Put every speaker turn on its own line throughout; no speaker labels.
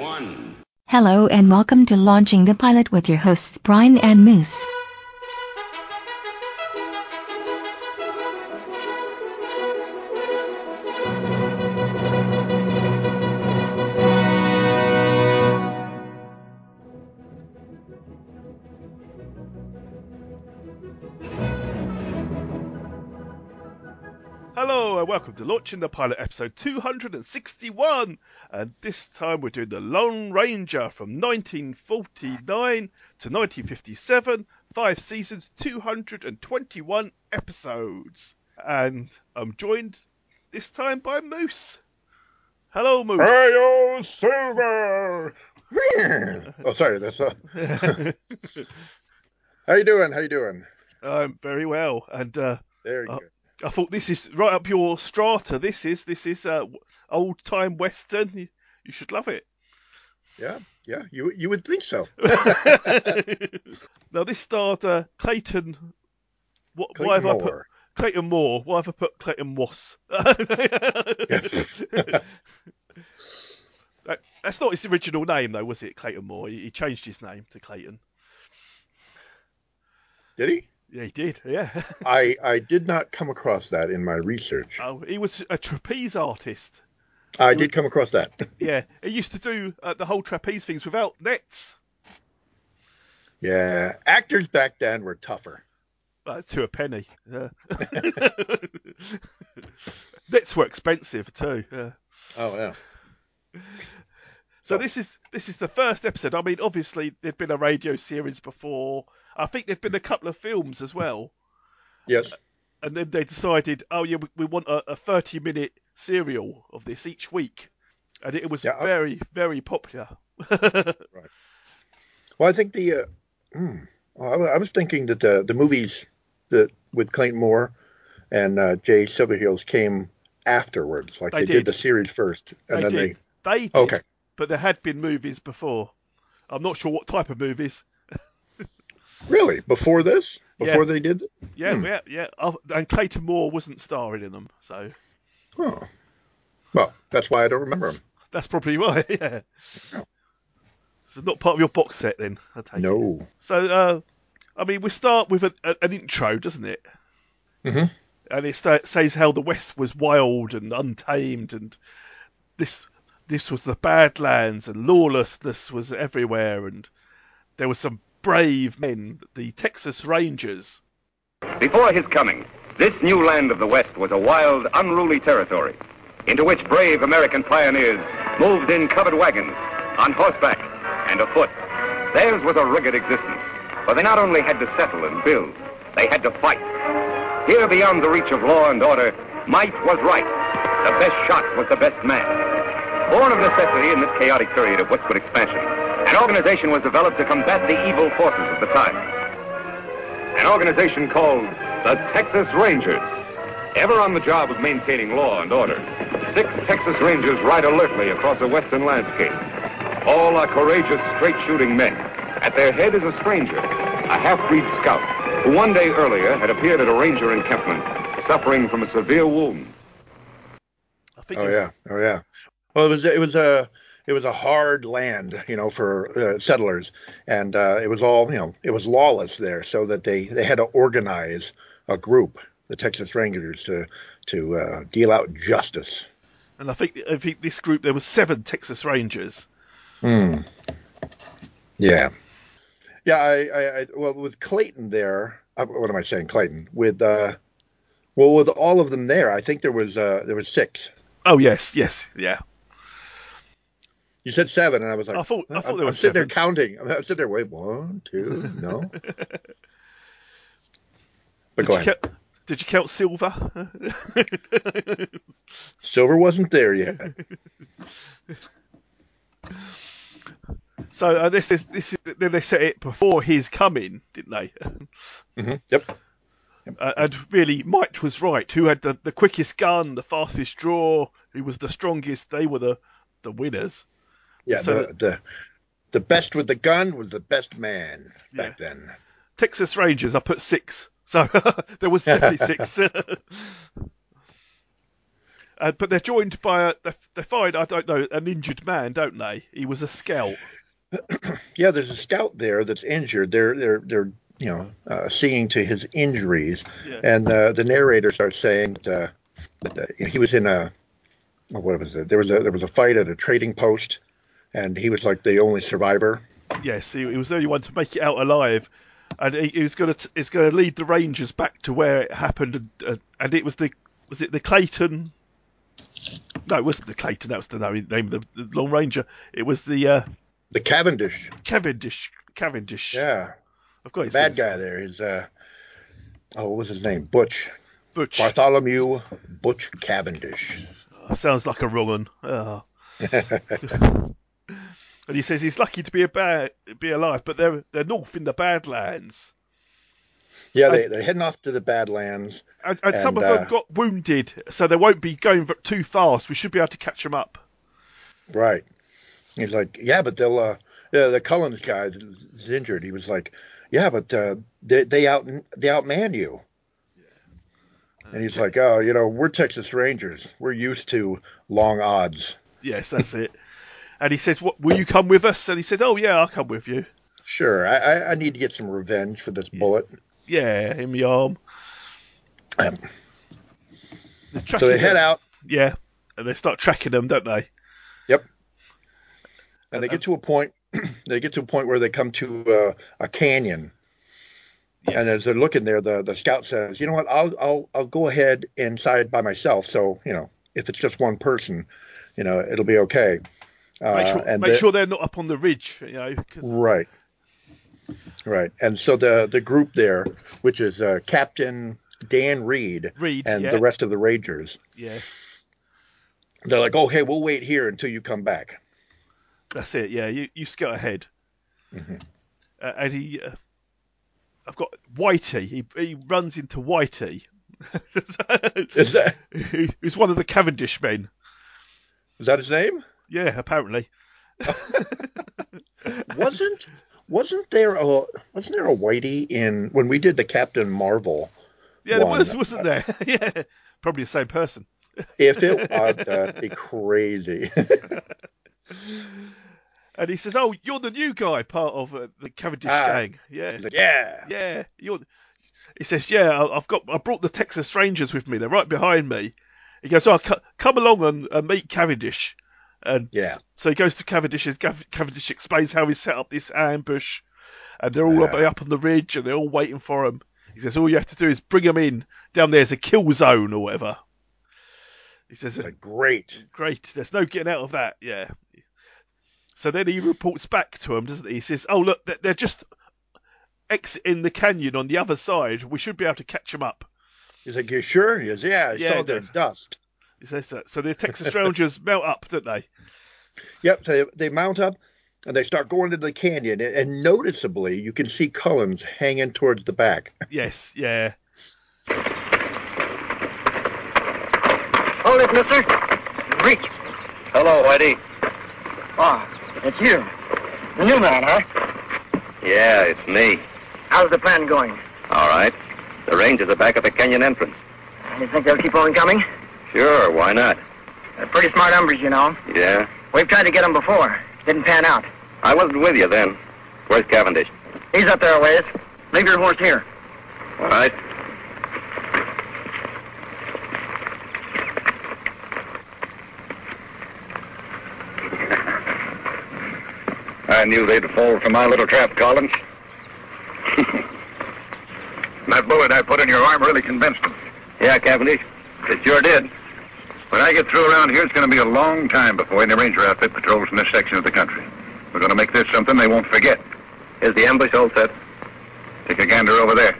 one.
Hello and welcome to Launching the Pilot with your hosts Brian and Moose.
Hello and welcome to Launching the Pilot episode 261. And this time we're doing The Lone Ranger from 1949 to 1957, five seasons, 221 episodes. And I'm joined this time by Moose. Hello, Moose.
Hail Silver! oh, sorry, that's not. How you doing? How you doing?
I'm very well. And uh,
There you
Oh.
go.
I thought this is right up your strata. This is this is uh, old time western. You, you should love it.
Yeah, yeah. You you would think so.
now this starred uh, Clayton. What, why
Clayton
have I put
Moore.
Clayton Moore? Why have I put Clayton Moss? That- That's not his original name, though, was it? Clayton Moore. He, he changed his name to Clayton.
Did he?
Yeah, he did. Yeah.
I I did not come across that in my research.
oh, he was a trapeze artist.
I did come across that.
Yeah, he used to do uh, the whole trapeze things without nets.
Yeah, actors back then were tougher.
Uh, to a penny. Yeah. Nets were expensive too. Yeah.
Oh yeah.
So this is this is the first episode. I mean, obviously there'd been a radio series before. I think there'd been a couple of films as well.
Yes.
And then they decided, oh yeah, we, we want a, a thirty minute serial of this each week, and it was
Yeah, I-
very very popular.
Well, I think the. Uh, hmm. Well, I wa- I was thinking that the the movies that with Clayton Moore and uh, Jay Silverheels came afterwards. Like
They
they, did.
did.
the series first, and
they
then
did. They did,
they. Okay.
but there had been movies before. I'm not sure what type of movies.
Really? Before this?
Yeah.
Before they did? th-
Yeah,
Hmm.
yeah, yeah. Oh, And Clayton Moore wasn't starring in them, so
Oh. Well, that's why I don't remember them.
That's probably why. Yeah.
Yeah.
So not part of your box set then. I take it.
No.
So uh, I mean, we start with a, a, an intro, doesn't it?
Mhm.
And it sta says how the West was wild and untamed, and this this was the Badlands, and lawlessness was everywhere, and there were some brave men, the Texas Rangers.
Before his coming, this new land of the West was a wild, unruly territory into which brave American pioneers moved in covered wagons, on horseback, and afoot. Theirs was a rugged existence, for they not only had to settle and build, they had to fight. Here beyond the reach of law and order, might was right. The best shot was the best man. Born of necessity in this chaotic period of westward expansion, an organization was developed to combat the evil forces of the times an organization called the Texas Rangers. Ever on the job of maintaining law and order, six Texas Rangers ride alertly across a western landscape. All are courageous, straight-shooting men. At their head is a stranger, a half-breed scout, who one day earlier had appeared at a ranger encampment, suffering from a severe wound.
I think. it
Oh
was-
yeah. Oh yeah. Well, it was it was a it was a hard land, you know, for uh, settlers, and uh, it was all you know it was lawless there, so that they they had to organize a group, the Texas Rangers, to to uh, deal out justice.
And I think I think this group there was seven Texas Rangers.
Yeah. Yeah, I, I, I well with Clayton there. uh, What am I saying, Clayton? With uh, well, with all of them there, I think there was uh, there was six.
Oh yes, yes, yeah.
You said seven, and I was like,
I thought- I thought
I'm-
there was
I'm sitting
seven.
there counting. I'm, I'm sitting there, wait, one, two, no. but go
Did you,
ahead.
count, did you count Silver?
Silver wasn't there yet.
So uh, this is this is then they set it before his coming, didn't they?
Mm-hmm. Yep.
Uh, and really, Might was right. Who had the, the quickest gun, the fastest draw, who was the strongest? They were the the winners.
Yeah.
So-
the, the the best with the gun was the best man back then.
Texas Rangers. I put six, so there was definitely six. Uh, but they're joined by a, they, they find I don't know an injured man, don't they? He was a scout.
Yeah, there's a scout there that's injured. They're they're they're you know uh, seeing to his injuries,
Yeah.
and uh, the narrator starts saying that, uh, that uh, he was in a oh, what was it? There was a there was a fight at a trading post, and he was like the only survivor.
Yes, he, he was the only one to make it out alive, and he, he was going to it's going to lead the Rangers back to where it happened, and, uh, and it was the was it the Clayton? No, it wasn't the Clayton. That was the name name of the, the Lone Ranger. It was the uh,
The Cavendish,
Cavendish. Cavendish.
yeah,
I've got his
bad
name.
guy there is uh, oh, what was his name? Butch
Butch.
Bartholomew Butch Cavendish.
Sounds like a wrong one. Ah. and he says he's lucky to be a ba- be alive, but they're they're north in the Badlands,
Yeah, they, they're heading off to the Badlands.
and, and, some of
And,
them
uh,
got wounded, so they won't be going v- too fast. We should be able to catch them up.
Right. He's like, yeah, but they'll, uh, yeah, the Cullens guy is injured. He was like, yeah, but uh, they they out they outman you. And he's like, oh, you know, we're Texas Rangers. We're used to long odds.
Yes, that's it. And he says, "What will you come with us?" And he said, "Oh yeah, I'll come with you."
Sure, I, I, I need to get some revenge for this bullet.
Yeah, in the arm. They're
Um, So
tracking
they head
them.
out
Yeah, and they start tracking them, don't they?
and
Uh,
they get to a point. they get to a point where they come to uh, a canyon,
Yes.
and as they're looking there, the the scout says, you know what, I'll I'll I'll go ahead inside by myself. So you know, if it's just one person, you know, it'll be okay. Uh,
make sure,
and
make
the-
sure they're not up on the ridge, you know, 'cause-
Right. Right. And so the the group there, which is uh, Captain Dan Reed,
Reed,
and
yeah.
the rest of the Rangers,
yeah,
they're like, okay, we'll wait here until you come back.
that's it. Yeah, you you scout ahead.
Mm-hmm.
Uh, and he, uh, I've got Whitey. He he runs into Whitey,
Is that
who- who's one of the Cavendish men.
is that his name?
Yeah, apparently.
Wasn't wasn't there a wasn't there a Whitey in when we did the Captain Marvel?
Yeah, there
One.
was, wasn't there? yeah, probably the same person.
If it uh, that'd be crazy.
And he says, "Oh, you're the new guy, part of uh, the Cavendish
Ah.
gang." Yeah,
yeah.
yeah. You're. He says, "Yeah, I- I've got. I brought the Texas Rangers with me. They're right behind me." He goes, "Oh, co- come along and, and meet Cavendish." And
Yeah.
so he goes to Cavendish. and Cav- Cavendish explains how he set up this ambush, and they're all up, up on the ridge and they're all waiting for him. He says, "All you have to do is bring him in. Down there's a kill zone or whatever." He says,
Like, great.
great. There's no getting out of that. Yeah. So then he reports back to him, doesn't he? He says, "Oh look, they're- they're just exiting the canyon on the other side. We should be able to catch them up."
He's like, you sure? He goes, yeah, I
Yeah,
saw their
yeah.
dust.
He says that. So the Texas Rangers melt up, don't they?
Yep, so they, they mount up and they start going to the canyon, and, and noticeably you can see Cullens hanging towards the back.
Yes. Yeah.
Hold it, mister. Reek.
Hello, Whitey.
Ah, it's you. The new man, huh?
Yeah, it's me.
How's the plan going?
All right. The Rangers are back at the canyon entrance.
You think they'll keep on coming?
Sure, why not?
They're pretty smart hombres, you know.
Yeah.
We've tried to get them before. Didn't pan out.
I wasn't with you then. Where's Cavendish?
He's up there a ways. Leave your horse here.
All right. I knew they'd fall for my little trap, Collins. that bullet I put in your arm really convinced them. Yeah, Cavendish. It sure did. When I get through around here, it's going to be a long time before any ranger outfit patrols in this section of the country. We're going to make this something they won't forget. Is the ambush all set? Take a gander over there.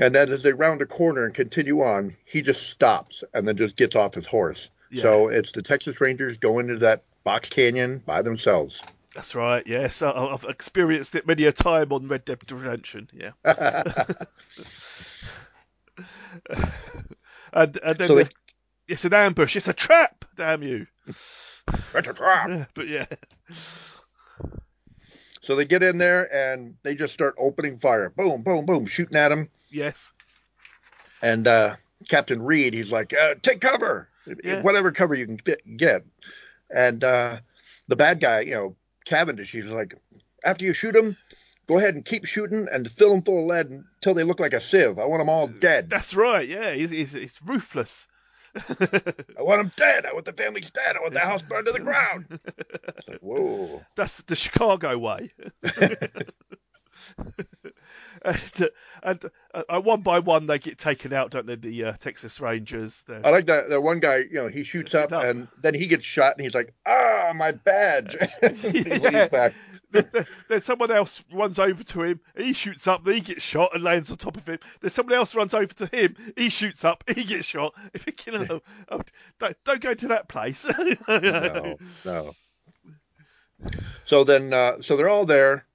And then as they round a corner and continue on, he just stops and then just gets off his horse.
Yeah.
So it's the Texas Rangers going into that box canyon by themselves.
That's right. Yes. I, I've experienced it many a time on Red Dead Redemption. Yeah. and, and then
So they-
the- it's an ambush. It's a trap. Damn you.
so
But yeah.
they get in there and they just start opening fire. Boom, boom, boom, shooting at him.
Yes.
And uh, Captain Reed, he's like, uh, take cover,
Yeah.
whatever cover you can get. get. And uh, the bad guy, you know, Cavendish, he's like, after you shoot him, go ahead and keep shooting and fill them full of lead until they look like a sieve. I want them all dead.
That's right. Yeah, he's, he's, he's ruthless.
I want them dead. I want the families dead. I want the house burned to the ground. It's like, whoa.
That's the Chicago way. and uh, and uh, uh, one by one, they get taken out, don't they? The uh, Texas Rangers. They're-
I like that that one guy, you know, he
It's
shoots up
tough.
and then he gets shot and he's like, ah, my badge. He leans back.
Then- then- then someone else runs over to him. He shoots up. He gets shot and lands on top of him. Then someone else runs over to him. He shoots up. He gets shot. If you kill him, oh, don't, don't go to that place.
no, no. So then, uh, so they're all there.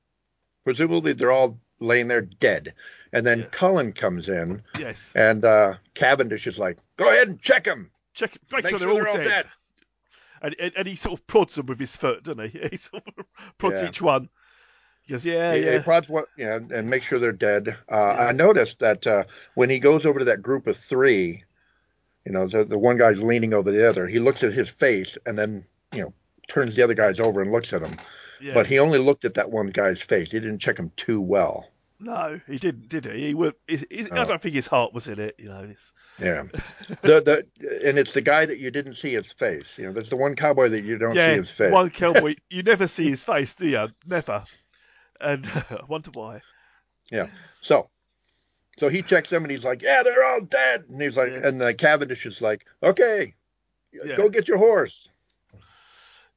Presumably, they're all laying there dead. And then
Yeah.
Cullen comes in,
Yes.
and uh, Cavendish is like, "Go ahead and check him.
Check. Make,
Make
sure, they're, all, dead. And, and and he sort of prods them with his foot, doesn't he? He sort of prods
Yeah.
each one. He goes, yeah,
He- he
yeah.
prods what- yeah, and make sure they're dead. Uh, I noticed that uh, when he goes over to that group of three, you know, the, the one guy's leaning over the other. He looks at his face, and then you know, turns the other guys over and looks at him.
yeah.
But he only looked at that one guy's face. He didn't check him too well.
No, he didn't, did he? He would. His, his, I
No.
don't think his heart was in it. You know, it's,
Yeah. the the and it's the guy that you didn't see his face. You know, there's the one cowboy that you don't see
yeah.
his face.
One cowboy, you never see his face, do you? Never. And I wonder why.
So so he checks them and he's like, Yeah, they're all dead. And he's like
Yeah.
and the Cavendish is like, Okay,
Yeah.
go get your horse.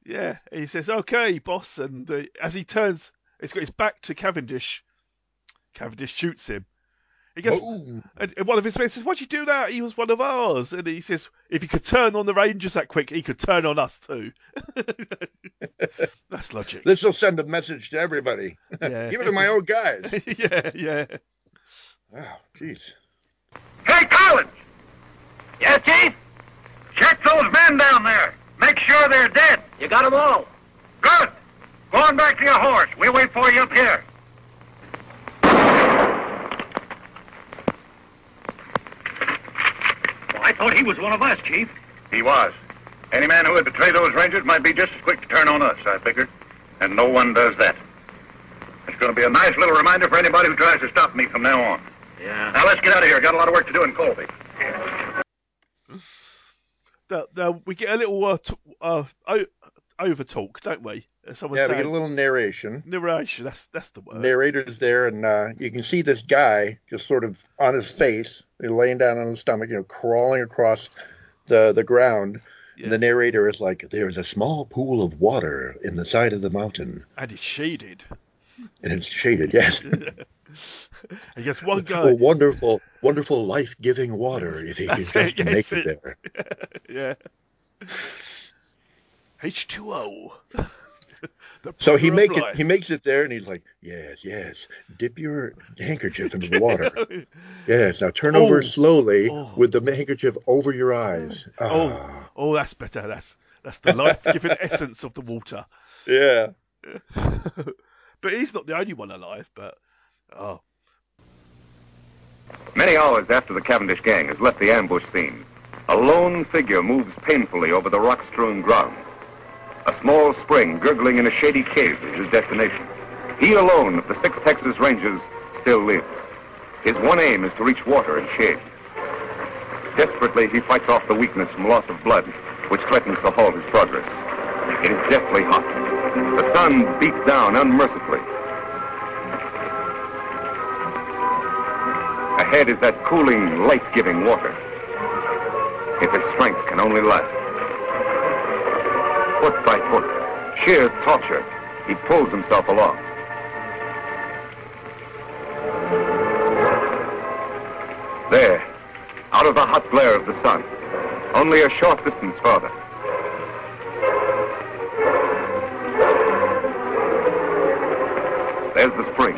Yeah, he says, "Okay, boss." And uh, as he turns, he's got his back to Cavendish. Cavendish shoots him. He goes,
Boom.
and and one of his mates says, "Why'd you do that?" He was one of ours, and he says, "If he could turn on the Rangers that quick, he could turn on us too." That's logic.
This will send a message to everybody.
Yeah.
Give it to my own guys.
yeah, yeah.
Wow, jeez.
Hey, Collins! Yes, Chief? Check those men down there. Make sure they're dead. You got them all. Good. Go on back to your horse. We'll wait for you up here. I thought he was one of us, Chief.
He was. Any man who would betray those Rangers might be just as quick to turn on us, I figured. And no one does that. It's going to be a nice little reminder for anybody who tries to stop me from now on.
Yeah.
Now let's get out of here. Got a lot of work to do in Colby.
Now, now we get a little uh, t- uh, o- over talk, don't we? Someone
Yeah, we
saying,
get a little narration.
narration. That's that's the word.
narrator's there, and uh, you can see this guy just sort of on his face, laying down on his stomach, you know, crawling across the the ground.
Yeah.
And the narrator is like, "There's a small pool of water in the side of the mountain,
and it's shaded.
and it's shaded. Yes,
He gets one guy.
oh, wonderful, wonderful, life-giving water. If he can
That's
just
it, yes,
make it,
it-
there,
Yeah. H two O.
so
bringer
he
of
make it.
life.
He makes it there, and he's like, "Yes, yes. Dip your handkerchief in the water. Yes. Now turn
Oh.
over slowly
Oh.
with the handkerchief over your eyes. Ah.
Oh, oh, that's better. That's that's the life-giving essence of the water.
yeah."
But he's not the only one alive. But oh,
Many hours after the Cavendish gang has left the ambush scene, a lone figure moves painfully over the rock-strewn ground. A small spring gurgling in a shady cave is his destination. He alone of the six Texas Rangers still lives. His one aim is to reach water and shade. Desperately, he fights off the weakness from loss of blood, which threatens to halt his progress. It is deathly hot. The sun beats down unmercifully. Ahead is that cooling, life-giving water. If his strength can only last. Foot by foot, sheer torture, he pulls himself along. There, out of the hot glare of the sun, only a short distance farther. There's the spring.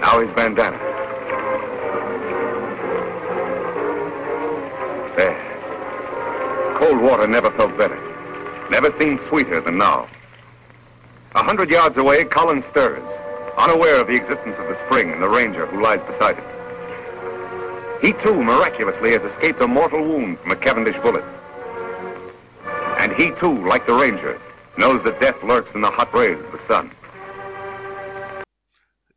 Now his bandana. There. Cold water never felt better. Never seemed sweeter than now. A hundred yards away, Collins stirs, unaware of the existence of the spring and the ranger who lies beside it. He too miraculously has escaped a mortal wound from a Cavendish bullet. And he too, like the Ranger, knows that death lurks in the hot rays of the sun.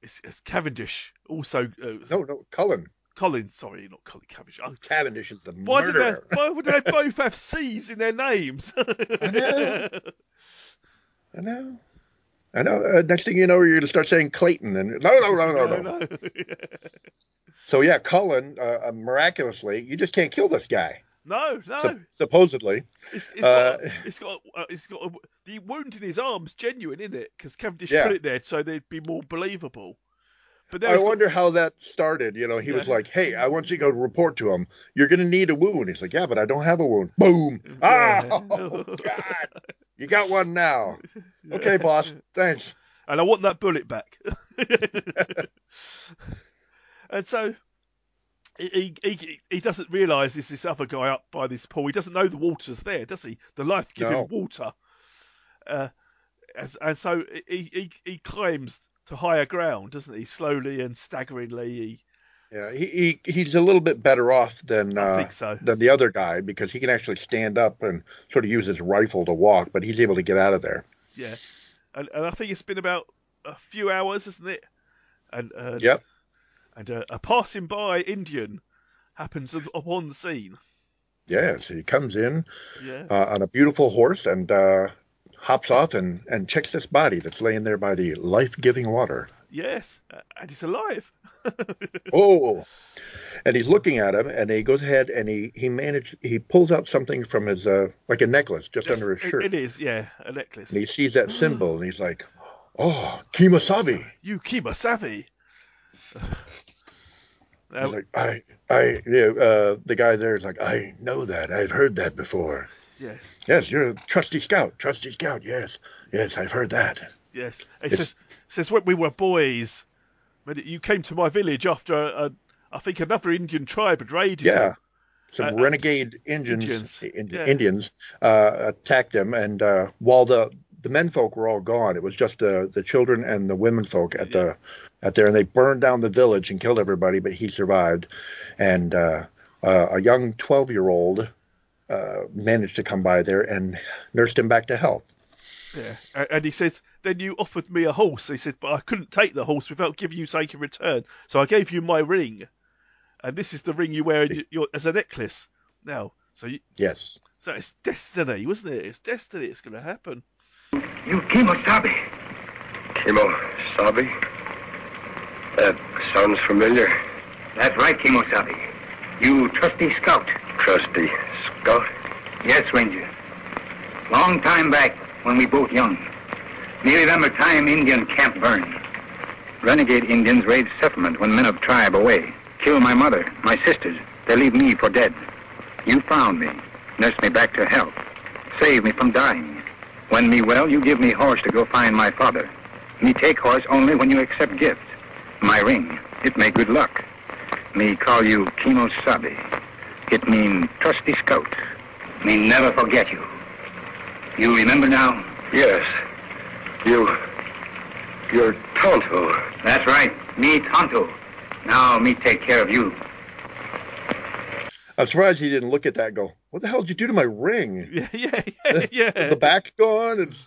It's, it's Cavendish. Also, uh,
No, no, Cullen.
Colin. Sorry, not Colin Cavendish. Oh,
Cavendish is the
why, did they,
murderer.
why would they both have C's in their names?
know. I know. I know. Uh, next thing you know, you're going to start saying Clayton, and no, no, no, no, no. So yeah, Cullen uh, uh, miraculously, you just can't kill this guy.
no, no.
Sup- supposedly,
It's, it's
Uh,
got, a- it's got, a- uh, it's got a, the wound in his arm's genuine, isn't it? Because Cavendish
Yeah.
put it there so they'd be more believable. But then
I
it's got-
wonder how that started. You know, he was
Yeah.
like, "Hey, I want you to go report to him. You're going to need a wound." He's like, "Yeah, but I don't have a wound." Boom! Ah, oh, God! You got one now. Okay, boss. Thanks.
and I want that bullet back. and so he, he he- he doesn't realise there's this other guy up by this pool. He doesn't know the water's there, does he? The life giving
No.
water. Uh, and, and so he, he he climbs to higher ground, doesn't he? Slowly and staggeringly. He,
Yeah, he, he he's a little bit better off than
I
uh,
think so.
than the other guy because he can actually stand up and sort of use his rifle to walk, but he's able to get out of there.
Yeah, and, and I think it's been about a few hours, isn't it? And uh,
Yep.
and uh, a passing by Indian happens up- upon the scene.
Yeah, so he comes in
Yeah,
uh, on a beautiful horse and uh, hops off and, and checks this body that's laying there by the life giving water.
yes, uh, and he's alive.
Oh, and he's looking at him, and he goes ahead and he he managed he pulls out something from his uh, like a necklace just
Yes,
under his
it-
shirt,
it is, yeah, a necklace.
and he sees that symbol, and he's like, "Oh, Kimasabi."
You Kimasabi.
He's
now,
like, I, I, yeah, uh, the guy there is like, I know that. I've heard that before.
yes,
Yes, you're a trusty scout. Trusty scout. Yes, yes, I've heard that.
yes. It
It's-
says, says when we were boys, when you came to my village after, uh, I think, another Indian tribe had raided. you.
Yeah, some
Uh, uh,
renegade Indians,
Indians,
In,
yeah.
Indians uh, attacked them, and uh, while the the men folk were all gone, it was just the the children and the women folk at the at there, and they burned down the village and killed everybody, but he survived, and uh, uh, a young twelve year old. Uh, managed to come by there and nursed him back to health.
Yeah, a- and he says, then you offered me a horse. He said, but I couldn't take the horse without giving you something in return. So I gave you my ring, and this is the ring you wear in your, your, as a necklace now. So, you,
Yes.
so it's destiny, wasn't it? It's destiny. It's going to happen.
You Kimosabe. Kimosabe? That sounds familiar. That's right, Kimosabe. You trusty scout. Trusty scout? Yes, Ranger. Long time back, when we both young, near the time Indian camp burned. Renegade Indians raid settlement when men of tribe away. Kill my mother, my sisters. They leave me for dead. You found me, nursed me back to health, saved me from dying. When me well, you give me horse to go find my father. Me take horse only when you accept gift. My ring, it make good luck. Me call you Kimo Sabi. It mean trusty scout. Me never forget you. You remember now? Yes. You. You're Tonto. That's right. Me Tonto. Now me take care of you.
I'm surprised he didn't look at that and go, What the hell did you do to my ring?
Yeah, yeah, yeah. yeah.
The back's gone and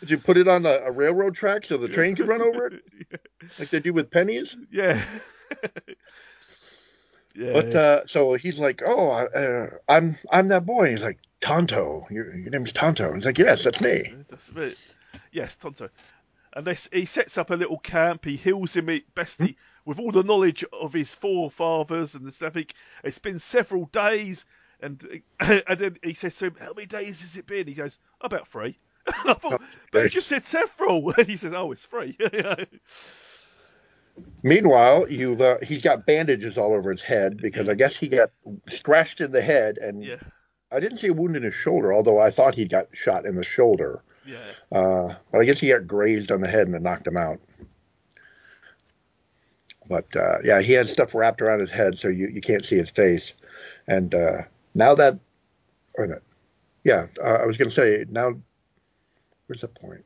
did you put it on a, a railroad track so the train could run over it? Like they do with pennies?
Yeah. yeah.
But uh, so he's like, Oh, I, uh, I'm I'm that boy. He's like, Tonto. Your, your name's Tonto. He's like, Yes, that's me.
That's a bit. Yes, Tonto. And they, s- he sets up a little camp. He heals him it- best he,
Hmm?
with all the knowledge of his forefathers and stuff. He, it's been several days, and and then he says to him, "How many days has it been?" He goes, "About three. I thought, but you just said several. And he says, "Oh, it's three.
Meanwhile, you've uh, he's got bandages all over his head because I guess he got scratched in the head and
yeah,
I didn't see a wound in his shoulder, although I thought he got shot in the shoulder.
yeah.
Uh, well, I guess he got grazed on the head and it knocked him out. But uh, yeah, he had stuff wrapped around his head, so you, you can't see his face. And uh, now that, wait a minute. Yeah, uh, I was going to say now. Where's the point?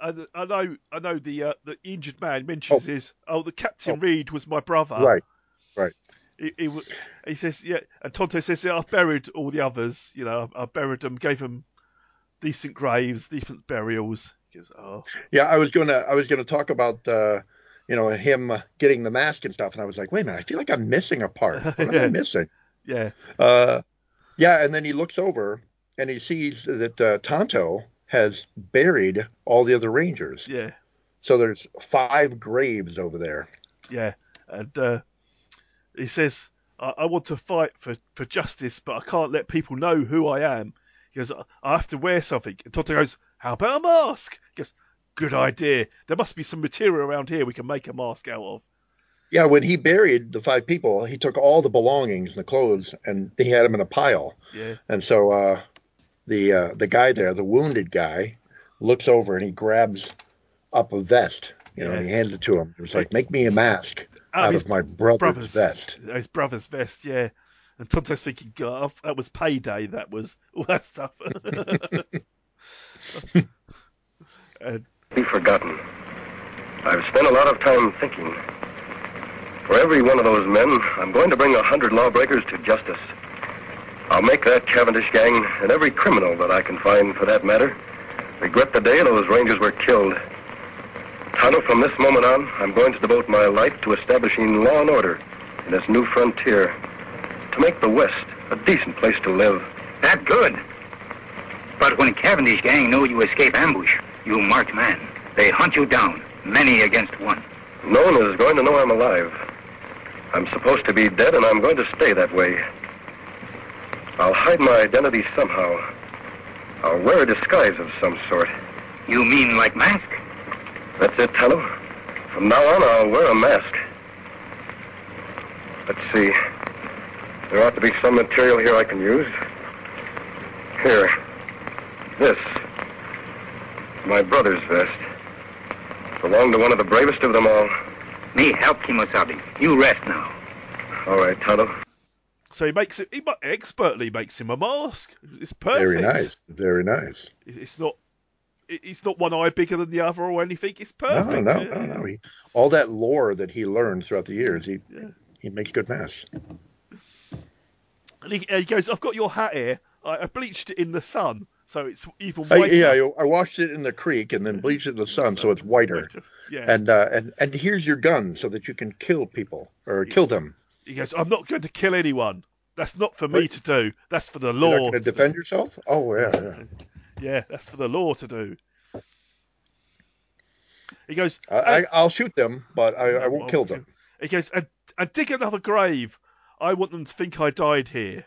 And I know, I know. The uh, the injured man mentions
Oh.
his. Oh, the Captain Reed was my brother.
right. Right.
He, he, w- he says, yeah, and Tonto says, yeah, I've buried all the others. You know, I, I buried them, gave them decent graves, decent burials. He goes, oh,
Yeah, I was gonna I was gonna talk about uh, you know him uh, getting the mask and stuff, and I was like, wait a minute, I feel like I'm missing a part. What am
Yeah.
I missing?
yeah,
Uh, yeah, and then he looks over and he sees that uh, Tonto has buried all the other Rangers.
yeah.
So there's five graves over there.
Yeah, and uh, he says, I-, "I want to fight for for justice, but I can't let people know who I am." He goes, "I, I have to wear something." And Tonto goes, "How about a mask?" He goes, "Good idea. There must be some material around here we can make a mask out of."
Yeah, when he buried the five people, he took all the belongings, the clothes, and he had them in a pile.
Yeah,
And so uh, the uh, the guy there, the wounded guy, looks over and he grabs up a vest. You know, and he hands it to him. It was like, make me a mask
Out of
out
his
of my brother's,
Oh, brothers.
vest.
his brother's vest. Yeah, and Tonto's thinking, "God, I've- that was payday. That was all that stuff."
be forgotten. I've spent a lot of time thinking. For every one of those men, I'm going to bring a hundred lawbreakers to justice. I'll make that Cavendish gang, and every criminal that I can find for that matter, regret the day those Rangers were killed. Tonto, from this moment on, I'm going to devote my life to establishing law and order in this new frontier, to make the West a decent place to live.
That good. But when Cavendish gang know you escape ambush, you marked man. They hunt you down, many against one.
No one is going to know I'm alive. I'm supposed to be dead, and I'm going to stay that way. I'll hide my identity somehow. I'll wear a disguise of some sort.
You mean like mask?
That's it, Tonto. From now on, I'll wear a mask. Let's see. There ought to be some material here I can use. Here. This. My brother's vest. Belonged to one of the bravest of them all.
Me help Kimosabe. You rest now.
All right, Tonto.
so he makes it. He mu- expertly makes him a mask. It's perfect.
Very nice. Very nice.
It- It's not. it- It's not one eye bigger than the other or anything. It's eh,
No,
perfect.
no, no, no. He, all that lore that he learned throughout the years, he
Yeah.
he makes good masks.
And he, he goes, "I've got your hat here. I, I bleached it in the sun, so it's even
I,
whiter."
Oh, yeah, I, I washed it in the creek and then bleached it in the sun, so it's whiter.
Yeah.
And uh, and and here's your gun, so that you can kill people or kill them.
he goes, "I'm not going to kill anyone. That's not for me
Right.
to do. That's for the
You're not
law.
going to defend yourself? Oh yeah, yeah.
yeah, that's for the law to do." He goes,
I, I, I'll shoot them, but I, I
No,
won't kill them.
He goes, and, and dig another grave. I want them to think I died here.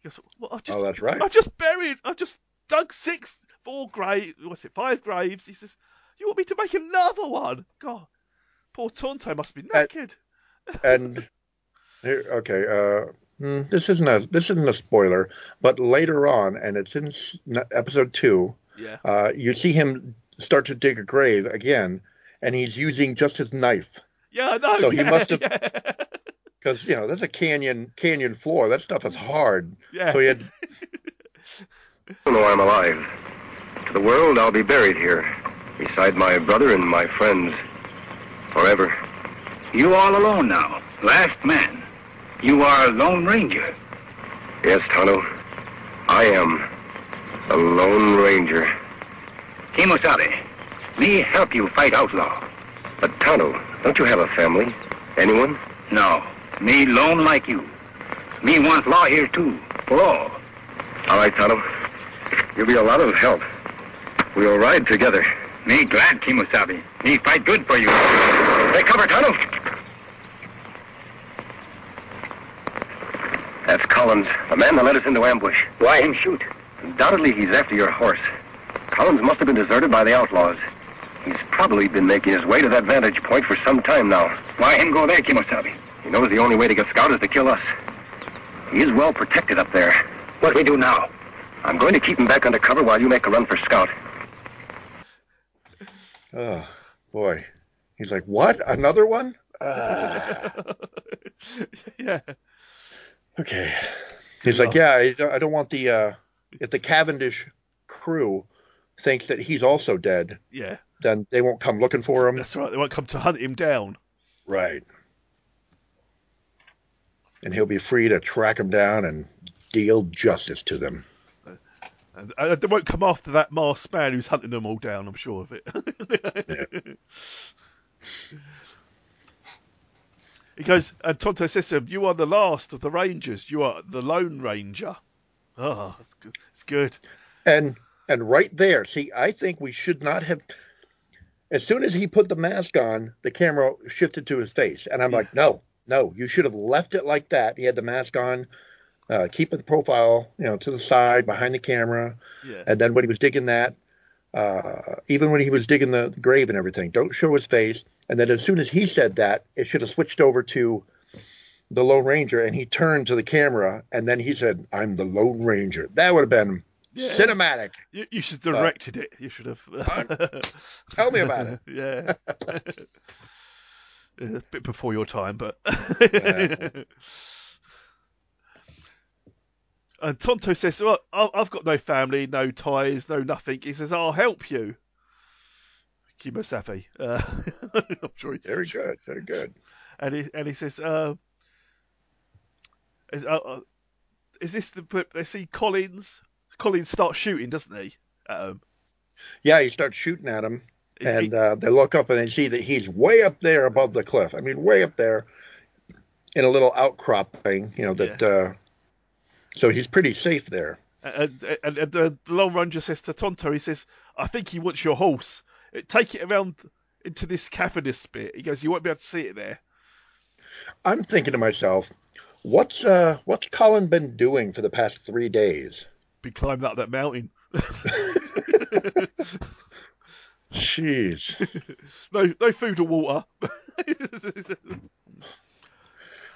He goes, well, I just,
Oh, that's right.
I just buried, I just dug six, four graves, what's it, five graves. He says, you want me to make another one? God, poor Tonto must be
That-
naked.
And here, okay, uh, hmm, this isn't a this isn't a spoiler, but later on, and it's in s- n- episode two.
Yeah.
Uh, you see him start to dig a grave again, and he's using just his knife
Yeah, I know.
So he
yeah,
must have-
Yeah.
because you know that's a canyon canyon floor. That stuff is hard.
yeah.
So he had
I know I'm alive. To the world, I'll be buried here, beside my brother and my friends, forever.
You all alone now. Last man. You are a lone ranger.
Yes, Tonto, I am a Lone Ranger.
Kimosabe, me help you fight outlaw.
But Tonto, don't you have a family? Anyone?
No, me lone like you. Me want law here too. Law.
All right, Tonto. You'll be a lot of help. We'll ride together.
Me glad, Kimosabe. Me fight good for you.
Take cover, Tonto. That's Collins, the man that led us into ambush. Why him shoot? Undoubtedly, he's after your horse. Collins must have been deserted by the outlaws. He's probably been making his way to that vantage point for some time now.
Why him go there, Kimosabe?
He knows the only way to get Scout is to kill us. He is well protected up there.
What we do now?
I'm going to keep him back under cover while you make a run for Scout.
Oh boy, he's like, what? Another one? Ah,
yeah.
okay. He's like, yeah, I don't, I don't want the uh, if the Cavendish crew thinks that he's also dead,
Yeah.
then they won't come looking for him.
That's right. They won't come to hunt him down.
Right. and he'll be free to track them down and deal justice to them.
And, and they won't come after that masked man who's hunting them all down, I'm sure of it. He goes, and Tonto says to him, You are the last of the Rangers. You are the Lone Ranger. Oh, it's good. It's good.
And and right there, see, I think we should not have. As soon as he put the mask on, the camera shifted to his face, and I'm like, no, no, you should have left it like that. He had the mask on, uh, keeping the profile, you know, to the side behind the camera,
Yeah.
and then when he was digging that, uh, even when he was digging the grave and everything, don't show his face. And then as soon as he said that, it should have switched over to the Lone Ranger, and he turned to the camera, and then he said, "I'm the Lone Ranger." That would have been
Yeah.
cinematic.
You, you should have directed it. You should have.
Tell me about it.
yeah. Yeah, a bit before your time, but. and Tonto says, well, I- I've got no family, no ties, no nothing. He says, I'll help you. Kimosafi. Uh, I'm sure he,
Very good. Very good.
and he and he says, uh, is, uh, uh, "Is this the clip they see Collins? Collins starts shooting, doesn't he? Um,
Yeah, he starts shooting at him,
he-
and
he-
uh, they look up and they see that he's way up there above the cliff. I mean, way up there in a little outcropping, you know, that. Uh, so he's pretty safe there.
and, and, and the Lone Ranger says to Tonto, he says, "I think he wants your horse. Uh, Take it around into this cavernous bit." He goes, "You won't be able to see it there."
I'm thinking to myself, what's uh, what's Colin been doing for the past three days?
Be climbing up that mountain.
Jeez.
No, no food or water.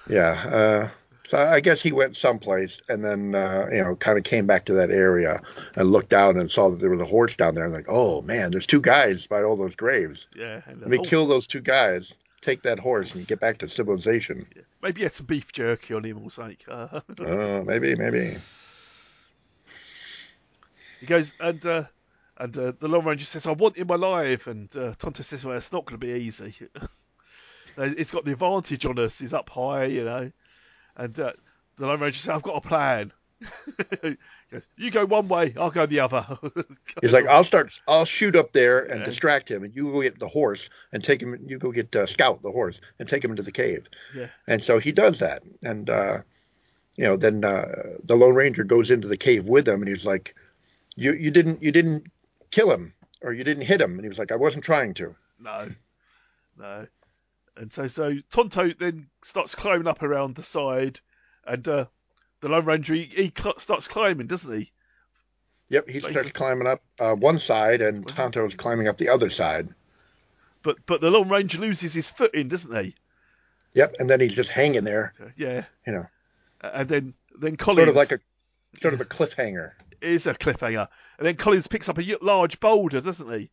yeah. Uh, so I guess he went someplace and then uh, you know kind of came back to that area and looked down and saw that there was a horse down there. And like, oh man, there's two guys by all those graves.
yeah, and the
Let me
horse.
kill those two guys, take that horse, and get back to civilization.
Maybe he had some beef jerky on him or something. Uh,
Oh, maybe, maybe.
He goes and uh, and uh, the Lone Ranger says, "I want him alive." And uh, Tonto says, "Well, it's not going to be easy. it's got the advantage on us. He's up high, you know." And uh, the Lone Ranger says, "I've got a plan." He goes, you go one way, I'll go the other.
He's like, I'll start, I'll shoot up there and distract him, and you go get the horse and take him. You go get uh, Scout the horse and take him into the cave.
Yeah.
And so he does that, and uh, you know, then uh, the Lone Ranger goes into the cave with him, and he's like, "You you didn't you didn't kill him or you didn't hit him," and he was like, "I wasn't trying to."
no, no. And so, so Tonto then starts climbing up around the side, and uh, the Lone Ranger he, he cl- starts climbing, doesn't he?
Yep, he starts climbing up uh, one side, and Tonto's climbing up the other side.
But but the Lone Ranger loses his footing, doesn't he?
Yep, and then he's just hanging there,
So, yeah.
you know,
Uh, and then then Collins
sort of like a sort of a cliffhanger. Oh,
is a cliffhanger, and then Collins picks up a y- large boulder, doesn't he?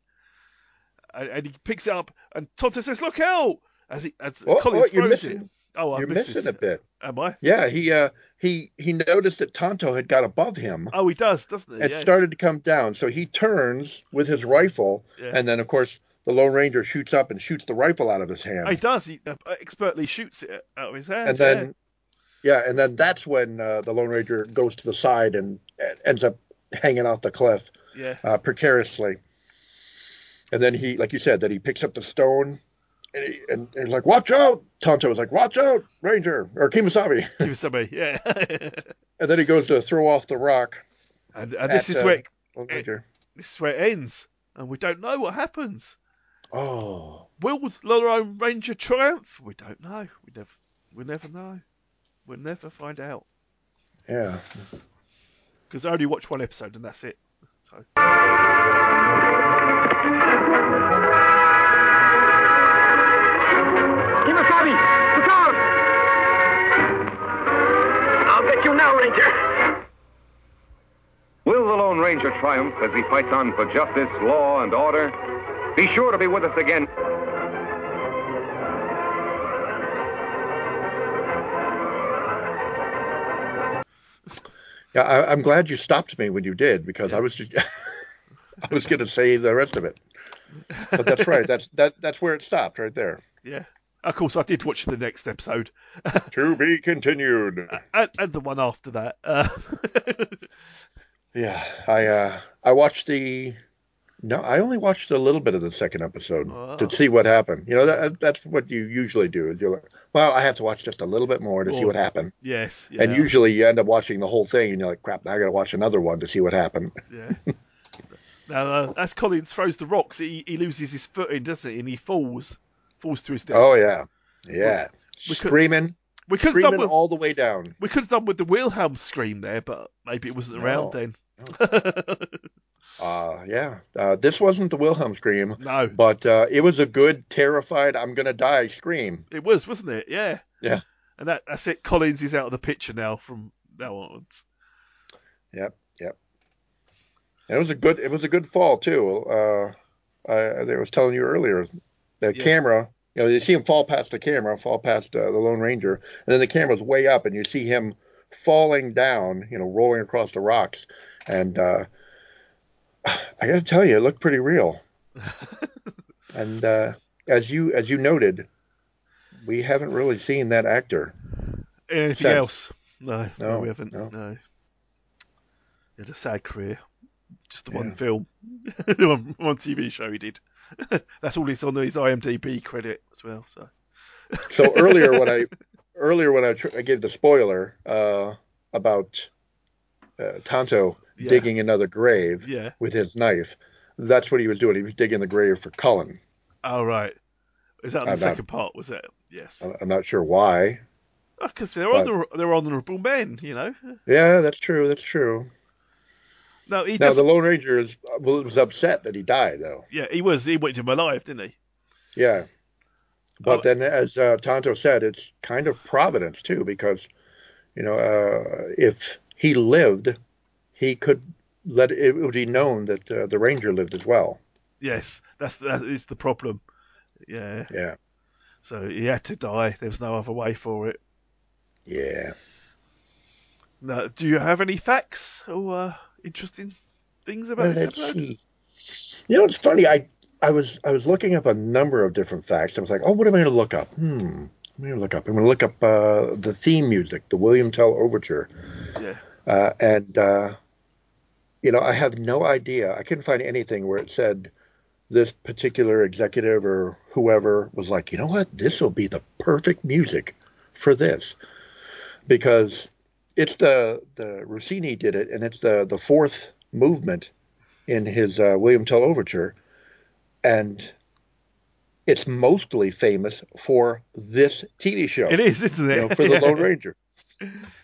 And, and he picks it up, and Tonto says, "Look out!" As he as
Oh,
Collins
oh, you're
throws
missing-
it. Oh, I'm
You're missing a bit.
Am I?
Yeah, he uh, he he noticed that Tonto had got above him
Oh, he does, doesn't he?
and
Yes.
started to come down. So he turns with his rifle,
Yeah.
and then of course the Lone Ranger shoots up and shoots the rifle out of his
Oh, He
hand.
does. He uh, expertly shoots it out of his hand.
and then yeah. and then that's when uh, the Lone Ranger goes to the side and uh, ends up hanging off the cliff
yeah,
uh, precariously. And then he, like you said, that he picks up the stone. And, he, and, and he's like, watch out! Tonto was like, watch out, Ranger, or Kimasabi.
yeah. give it somebody. Yeah.
And then he goes to throw off the rock.
and and this
At,
is
uh,
where it,
Lone
Eh.
Ranger.
this is where it ends, and we don't know what happens.
Oh.
Will the Lone Ranger triumph? We don't know. We never. We never know. We'll never find out.
Yeah.
because I only watch one episode and that's it. So
Kimasabi, look out! I'll get you now, Ranger.
Will the Lone Ranger triumph as he fights on for justice, law, and order? Be sure to be with us again.
Yeah, I, I'm glad you stopped me when you did because I was just, I was going to say the rest of it, but that's right. That's that that's where it stopped right there.
yeah, Of course, I did watch the next episode
To be continued.
and, and the one after that. Uh,
Yeah, I uh, I watched the. No, I only watched a little bit of the second episode
Wow.
to see what happened. You know, that, that's what you usually do. Is you're like, well, I have to watch just a little bit more to see
Well,
what happened.
yes.
And
yeah,
usually you end up watching the whole thing, and you're like, crap, now I got to watch another one to see what happened.
Yeah. Now, uh, as Collins throws the rocks, he, he loses his footing, doesn't he? And he falls. Falls to his death.
Oh yeah, yeah,
we could-
screaming,
we could have done
screaming
with
all the way down.
we could have done with the Wilhelm scream there, but maybe it wasn't around
No.
then.
Uh, yeah, uh, this wasn't the Wilhelm scream,
no,
but uh, it was a good, terrified, "I'm gonna die" scream.
it was, wasn't it? Yeah.
Yeah.
And that, that's it. Collins is out of the picture now from now onwards.
Yep, yep. And it was a good. It was a good fall too. Uh, I, I was telling you earlier, the
Yeah.
camera. You know, you see him fall past the camera, fall past uh, the Lone Ranger, and then the camera's way up, and you see him falling down. You know, rolling across the rocks, and uh, I got to tell you, it looked pretty real. and uh, as you as you noted, we haven't really seen that actor.
Anything
Sad.
else? No, no,
No,
we haven't. No.
no.
He had a sad career. Just the one
Yeah.
film, one, one TV show he did. that's all he's on his IMDb credit as well. So
So earlier when I earlier when I, tr- I gave the spoiler uh, about uh, Tonto
Yeah.
digging another grave
yeah.
with his knife, that's what he was doing. He was digging the grave for Cullen.
All right. Is that on the
About- Oh.
second part? Was it? Yes.
I- I'm not sure why.
Because they're
but-
honor- they're honourable men, you know.
Yeah, that's true. That's true.
No, he
Now
does.
the
not
Lone Ranger is well, was upset that he died though.
Yeah, he was. He wanted him alive, didn't he?
Yeah.
Oh.
But then, as uh, Tonto said, it's kind of providence too, because you know, uh, if he lived, he could let it would be known that uh, the ranger lived as well.
Yes, that's that is the problem. Yeah.
Yeah,
So he had to die. There was no other way for it.
yeah.
Now, do you have any facts or uh, interesting things about this
Let's
episode?
see. You know, it's funny. I I was I was looking up a number of different facts. I was like, oh, what am I going to look up? Hmm. I'm going to look up. I'm going to look up uh, the theme music, the William Tell Overture.
Yeah.
Uh, and, uh, you know, I have no idea. I couldn't find anything where it said this particular executive or whoever was like, you know what, this will be the perfect music for this. Because it's the, the Rossini did it, and it's the, the fourth movement in his uh, William Tell Overture. And it's mostly famous for this TV show
It is, isn't it?
you know, for the Lone Ranger.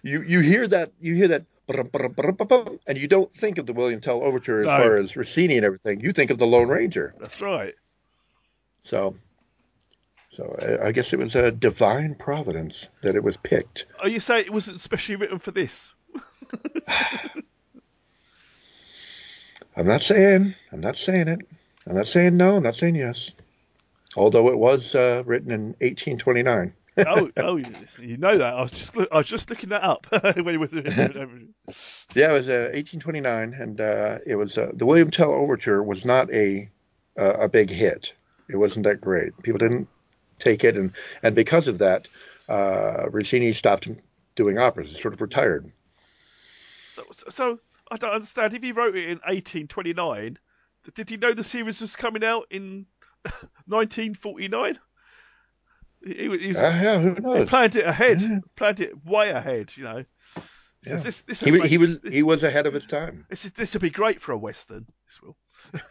You you hear that you hear that brum, brum, brum, brum, brum, and you don't think of the William Tell Overture as
No.
far as Rossini and everything. You think of the Lone Ranger.
That's right.
So so I, I guess it was a divine providence that it was picked.
Are Oh, you saying it wasn't specially written for this?
I'm not saying I'm not saying it. I'm not saying no. I'm not saying yes. Although it was uh, written in 1829.
oh, oh, you know that. I was just loo- I was just looking that up when you were-
Yeah, it was uh, 1829, and uh, it was uh, the William Tell Overture was not a uh, a big hit. It wasn't that great. People didn't take it, and and because of that, uh, Rossini stopped doing operas. He sort of retired.
So, so, so I don't understand. If he wrote it in 1829, did he know the series was coming out in 1949? He, he was- he was-
Uh, yeah, who
he
knows?
planned it ahead,
Yeah.
planned it way ahead. You know, He says,
Yeah.
this this
He, wa- he
would
was he was ahead of his time,
this is this will be great for a western. This will.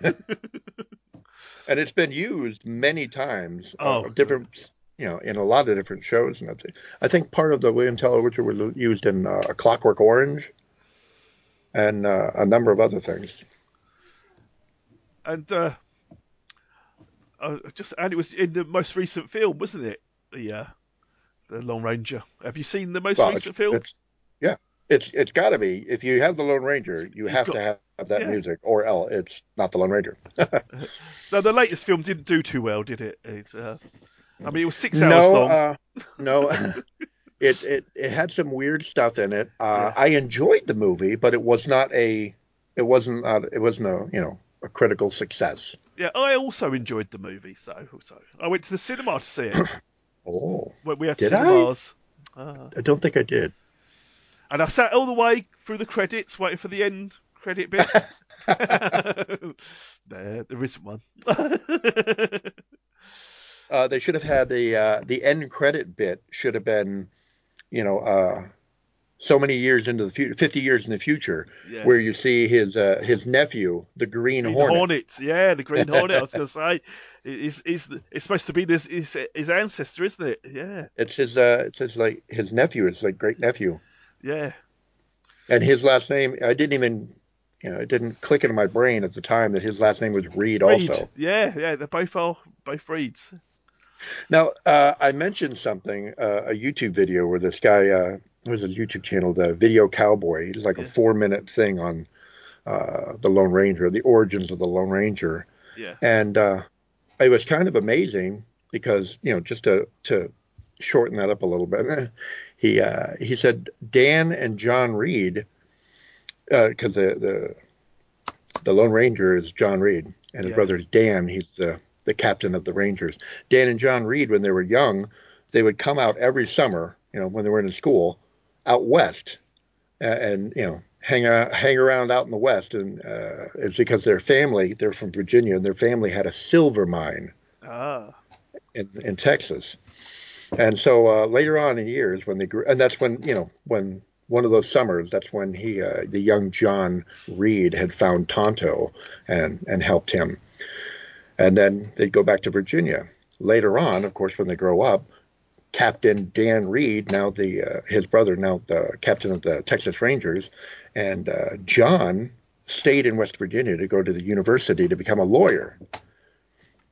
and it's been used many times.
Oh,
uh, different. You know, in a lot of different shows, and I think, I think part of the William Tell Overture was used in uh, A Clockwork Orange, and uh, a number of other things.
And uh, uh, just and it was in the most recent film, wasn't it? The uh, the Long Ranger. Have you seen the most
Well,
recent
it's-
film?
it's- yeah, it's it's got to be. If you have the Lone Ranger, you have
got-
to have, that
yeah.
music, or else it's not the Lone Ranger.
No, the latest film didn't do too well, did it? it uh, I mean, it was six hours
no,
long.
uh, no, it it it had some weird stuff in it. Uh, I enjoyed the movie, but it was not a it wasn't uh, it wasn't a you know a critical success.
Yeah, I also enjoyed the movie, so also I went to the cinema to see it.
Oh,
when we had
Did I?
cinemas. Ah.
I don't think I did.
And I sat all the way through the credits waiting for the end credit bit. there, there isn't one.
Uh, they should have had the uh, the end credit bit should have been, you know, uh, so many years into the future, fifty years in the future,
yeah.
where you see his uh, his nephew, the Green,
Green
Hornet.
Hornet. yeah, the Green Hornet. I was going to say, is is it's supposed to be this his, his ancestor, isn't it? Yeah,
It's his uh, it's his like his nephew, his like great nephew,
yeah,
and his last name. I didn't even, you know, it didn't click into my brain at the time that his last name was Reed.
Reed.
Also,
Yeah, yeah, they're both all both Reeds.
Now, uh, I mentioned something, uh, a YouTube video where this guy, uh, what was his YouTube channel, the Video Cowboy, he did like a
Yeah.
four minute thing on uh, the Lone Ranger, the origins of the Lone Ranger.
Yeah,
And uh, it was kind of amazing because, you know, just to, to shorten that up a little bit, he, uh, he said Dan and John Reed, because the, the, the Lone Ranger is John Reed and his
Yeah.
brother's Dan. He's the, the captain of the Rangers. Dan and John Reed, when they were young, they would come out every summer, you know, when they were in school, out west, uh, and you know, hang a- hang around out in the west, and uh, it's because their family, they're from Virginia, and their family had a silver mine
ah,
in, in Texas, and so uh, later on in years, when they grew, and that's when you know, when one of those summers, that's when he, uh, the young John Reed, had found Tonto and and helped him, and then they'd go back to Virginia. Later on, of course, when they grow up, Captain Dan Reed, now the uh, his brother, now the captain of the Texas Rangers, and uh, John stayed in West Virginia to go to the university to become a lawyer.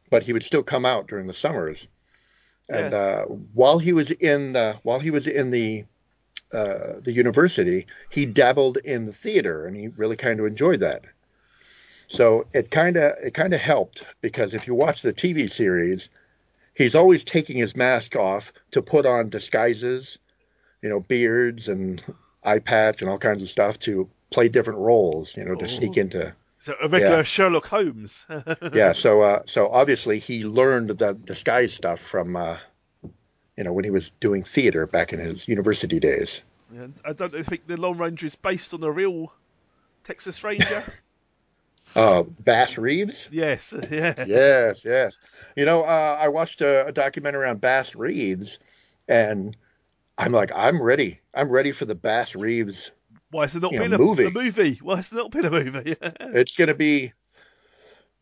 But he would still come out during the summers, and
Yeah.
uh, while he was in the while he was in the uh, the university, he dabbled in the theater, and he really kind of enjoyed that. So it kind of it kind of helped because if you watch the TV series, he's always taking his mask off to put on disguises, you know, beards and eye patch and all kinds of stuff to play different roles, you know, to sneak into.
so a regular
Yeah.
Sherlock Holmes.
Yeah, so uh, so obviously he learned the disguise stuff from, uh, you know, when he was doing theater back in his university days.
And I don't think the Lone Ranger is based on a real Texas Ranger.
Uh, Bass Reeves.
yes, yeah,
yes, yes. You know, uh, I watched a, a documentary on Bass Reeves, and I'm like, I'm ready. I'm ready for the Bass Reeves
Why has there not
Yeah,
been a
movie.
a movie? Why has there not been a movie?
it's going to be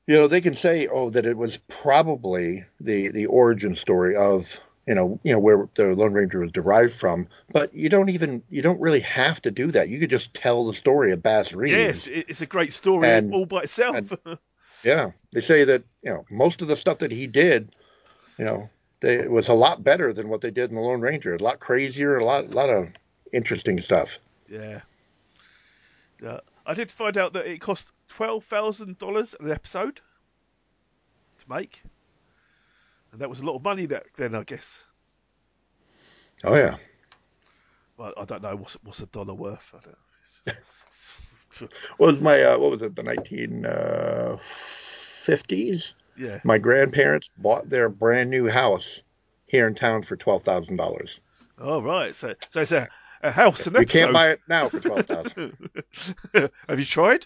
you know they can say oh that it was probably the the origin story of you know you know where the lone ranger was derived from but you don't even you don't really have to do that you could just tell the story of bass reeves
yes, it- it's a great story
And-
all by itself.
yeah they say that you know most of the stuff that he did you know they, it was a lot better than what they did in the lone ranger a lot crazier a lot lot of interesting stuff
Yeah. Yeah. I did find out that it cost twelve thousand dollars an episode to make. And that was a lot of money that then I guess.
oh yeah
Well, I don't know what's what's a dollar worth. I don't know. It's- it's-
what was my uh, what was it the uh, 1950s
yeah.
My grandparents bought their brand new house here in town for twelve thousand dollars.
All right. So so it's a, a house an
You
episode.
can't buy it now for twelve thousand.
Have you tried?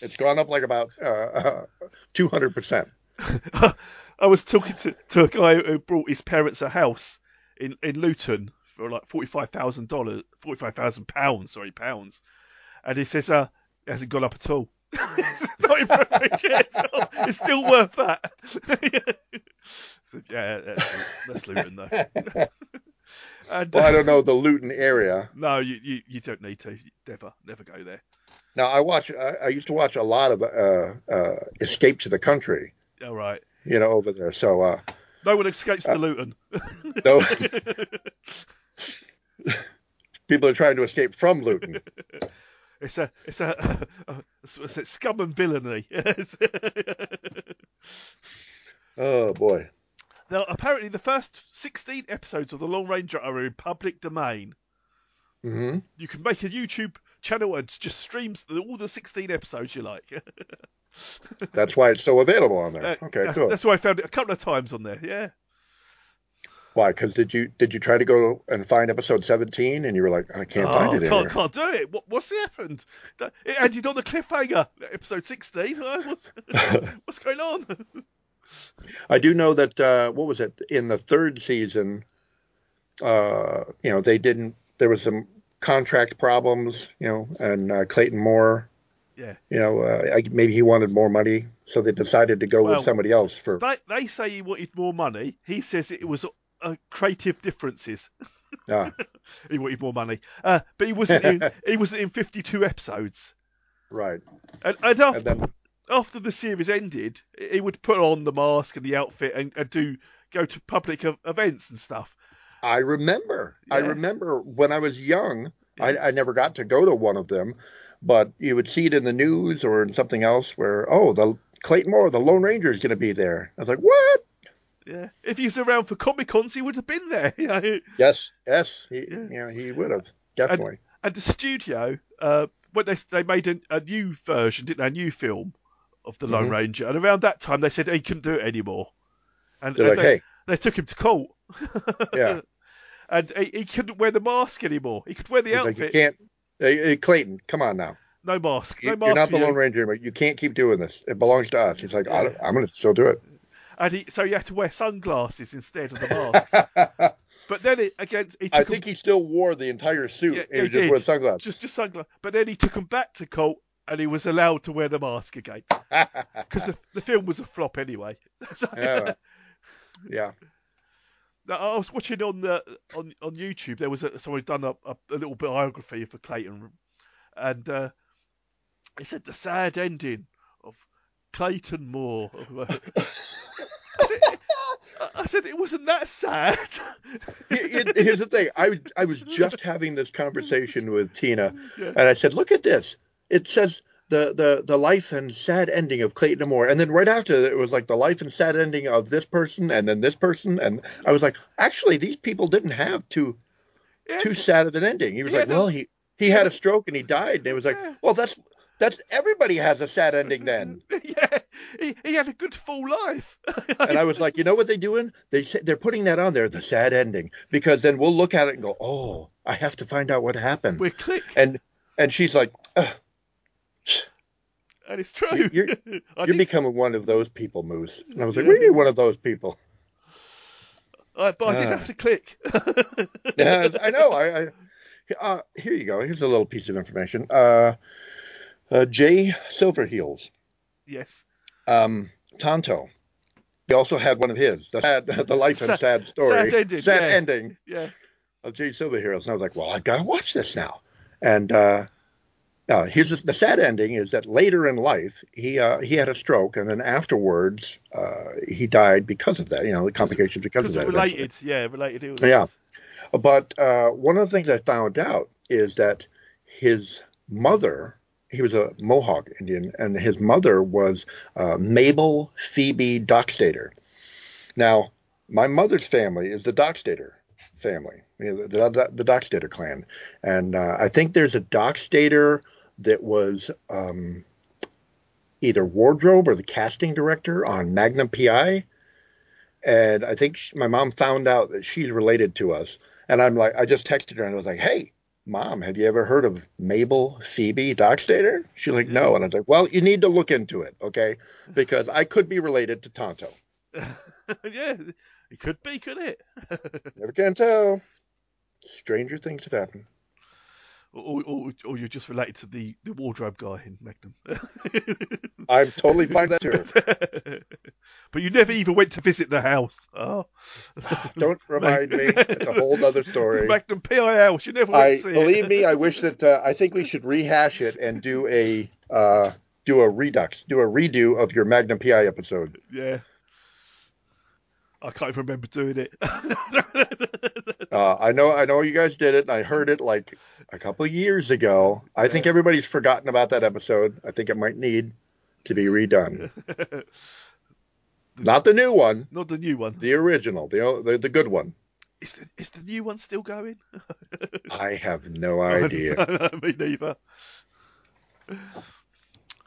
it's gone up like about uh, two hundred percent.
I was talking to, to a guy who brought his parents a house in, in Luton for like forty five thousand dollars, forty five thousand pounds, sorry pounds, and he says, "Uh, it hasn't gone up at all. it's not even rich yet at all. It's still worth that." so yeah, that's, that's Luton though. and,
Well, I
uh,
don't know the Luton area.
no, you, you you don't need to. Never never go there.
Now I watch. I, I used to watch a lot of uh, uh, Escape to the Country,
All right.
you know, over there. So uh,
No one escapes to Luton.
no, people are trying to escape from Luton.
It's a it's a, it's a scum and villainy.
Oh boy.
Now, apparently, the first 16 episodes of The Long Ranger are in public domain.
hmm
You can make a YouTube channel and just streams the- all the 16 episodes you like.
That's why it's so available on there.
Uh,
okay,
that's,
cool.
that's where I found it a couple of times on there. Yeah.
Why? Because did you did you try to go and find episode seventeen and you were like, I can't
oh,
find it
can't,
anywhere.
can't do it. What, what's happened? That- It ended on the cliffhanger. Episode 16. huh? What's, what's going on?
I do know that uh, what was it in the third season? Uh, you know, they didn't. There was some contract problems. You know, and uh, Clayton Moore.
Yeah.
You know, uh, I- maybe he wanted more money, so they decided to go
Well,
with somebody else for.
They, they say he wanted more money. He says it was uh, creative differences.
Ah,
He wanted more money. Uh, but he wasn't in, he wasn't in 52 episodes.
right.
And, and after,
And uh, then,
after the series ended, he would put on the mask and the outfit and, and do go to public ev- events and stuff.
I remember. I
Yeah.
remember when I was young. I, I never got to go to one of them, but you would see it in the news or in something else where, oh, the Clayton Moore, the Lone Ranger, is going to be there. I was like, what?
Yeah, if he's around for Comic Cons, he would have been there. You know?
Yes, yes, he,
Yeah.
you know, he would have definitely.
And the studio, uh, when they they made a, a new version, didn't they? A new film of the Lone
Mhm.
Ranger, and around that time they said he couldn't do it anymore, and,
They're
and
like,
they,
hey,
they took him to court,
yeah,
and he, he couldn't wear the mask anymore. He could wear the
he's like,
outfit,
you can't. Hey, hey, Clayton, come on now.
no mask,
You-
no
You're
mask.
not
for
the
you.
Lone Ranger, but you can't keep doing this. It belongs to us. He's like, I don't- I'm going to still do it.
And he, so he had to wear sunglasses instead of the mask. but then it, again, he took
I
him
think he still wore the entire suit.
Yeah,
he was
he
just wearing
did.
sunglasses.
just just sunglasses. But then he took him back to court, and he was allowed to wear the mask again because the the film was a flop anyway. So-
Yeah. yeah.
Now, I was watching on the on on YouTube. There was a, someone had done a, a, a little biography for Clayton, and uh, it said the sad ending of Clayton Moore. I, said, I said it wasn't that sad.
It- it- here's the thing. I I was just having this conversation with Tina,
Yeah.
and I said, "Look at this. It says the the the life and sad ending of Clayton Moore, and then right after that, it was like the life and sad ending of this person, and then this person, and I was like, actually, these people didn't have too
Yeah.
too sad of an ending. He was
Yeah,
like,
the-
well, he he had a stroke and he died, and it was like,
Yeah.
well, that's that's everybody has a sad ending then.
yeah, he, he had a good full life.
And I was like, you know what they're doing? They say, they're putting that on there, the sad ending, because then we'll look at it and go, oh, I have to find out what happened.
We're click,
and and she's like, "Ugh,
and it's true.
You- you're-
I
"You're
did-
becoming one of those people, Moose." And I was like,
Yeah.
"What do you mean one of those people?"
I- but I did
Ah.
have to click.
Yeah, I know. I, I uh, here you go. Here's a little piece of information. Uh, uh, Jay Silverheels,
yes.
um, Tonto. He also had one of his, the, sad, the life and
Sad-
sad story,
sad ending,
sad
yeah.
ending
Yeah.
of Jay Silverheels. And I was like, "Well, I've got to watch this now." And uh, now here's the, the sad ending is that later in life he uh, he had a stroke and then afterwards uh, he died because of that you know the complications because of
Because
that
of related, yeah, related illnesses.
Yeah. eventually. but uh, one of the things I found out is that his mother he was a Mohawk Indian and his mother was uh, Mabel Phoebe Dockstader now my mother's family is the Dockstader family you know, the, the, the Dockstader clan and uh, I think there's a Dockstader that was um, either wardrobe or the casting director on Magnum PI. And I think she, my mom found out that she's related to us. And I'm like, I just texted her and I was like, hey, mom, have you ever heard of Mabel Phoebe Dockstader? She's like, no. And I was like, well, you need to look into it, okay? Because I could be related to Tonto.
yeah, it could be, could it?
Never can tell. Stranger things have happened.
Or, or, or you're just related to the, the wardrobe guy in Magnum.
I'm totally fine with that too.
but you never even went to visit the house. Oh.
Don't remind me. It's a whole other story.
Magnum PI house. You never went
I
to see
believe
it.
me. I wish that uh, I think we should rehash it and do a uh, do a redux, do a redo of your Magnum PI episode.
Yeah. I can't even remember doing it.
Uh, I know, I know, you guys did it. And I heard it like a couple of years ago. I think everybody's forgotten about that episode. I think it might need to be redone. Not the new one,
Not the new one.
the original, the the, the good one.
Is the, is the new one still going?
I have no idea,
me neither.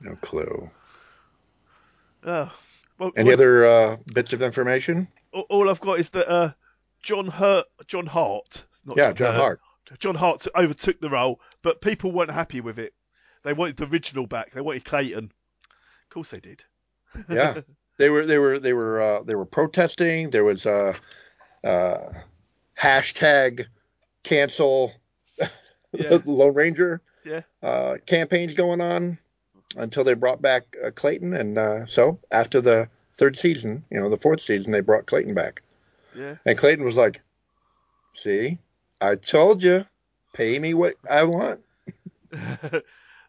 no clue.
Oh, well,
Any
well,
other uh, bits of information?
all, all I've got is that uh, John Hurt, John Hart, not
Yeah, John
Hurt,
Hart.
John Hart overtook the role, but people weren't happy with it. They wanted the original back. They wanted Clayton. Of course they did.
Yeah, they were they were they were uh, they were protesting. There was a uh, uh, hashtag cancel
Yeah.
Lone Ranger
Yeah.
uh, campaigns going on until they brought back uh, Clayton, and uh, so after the third season, you know, the fourth season, they brought Clayton back,
Yeah.
and Clayton was like, "See, I told you, pay me what I want."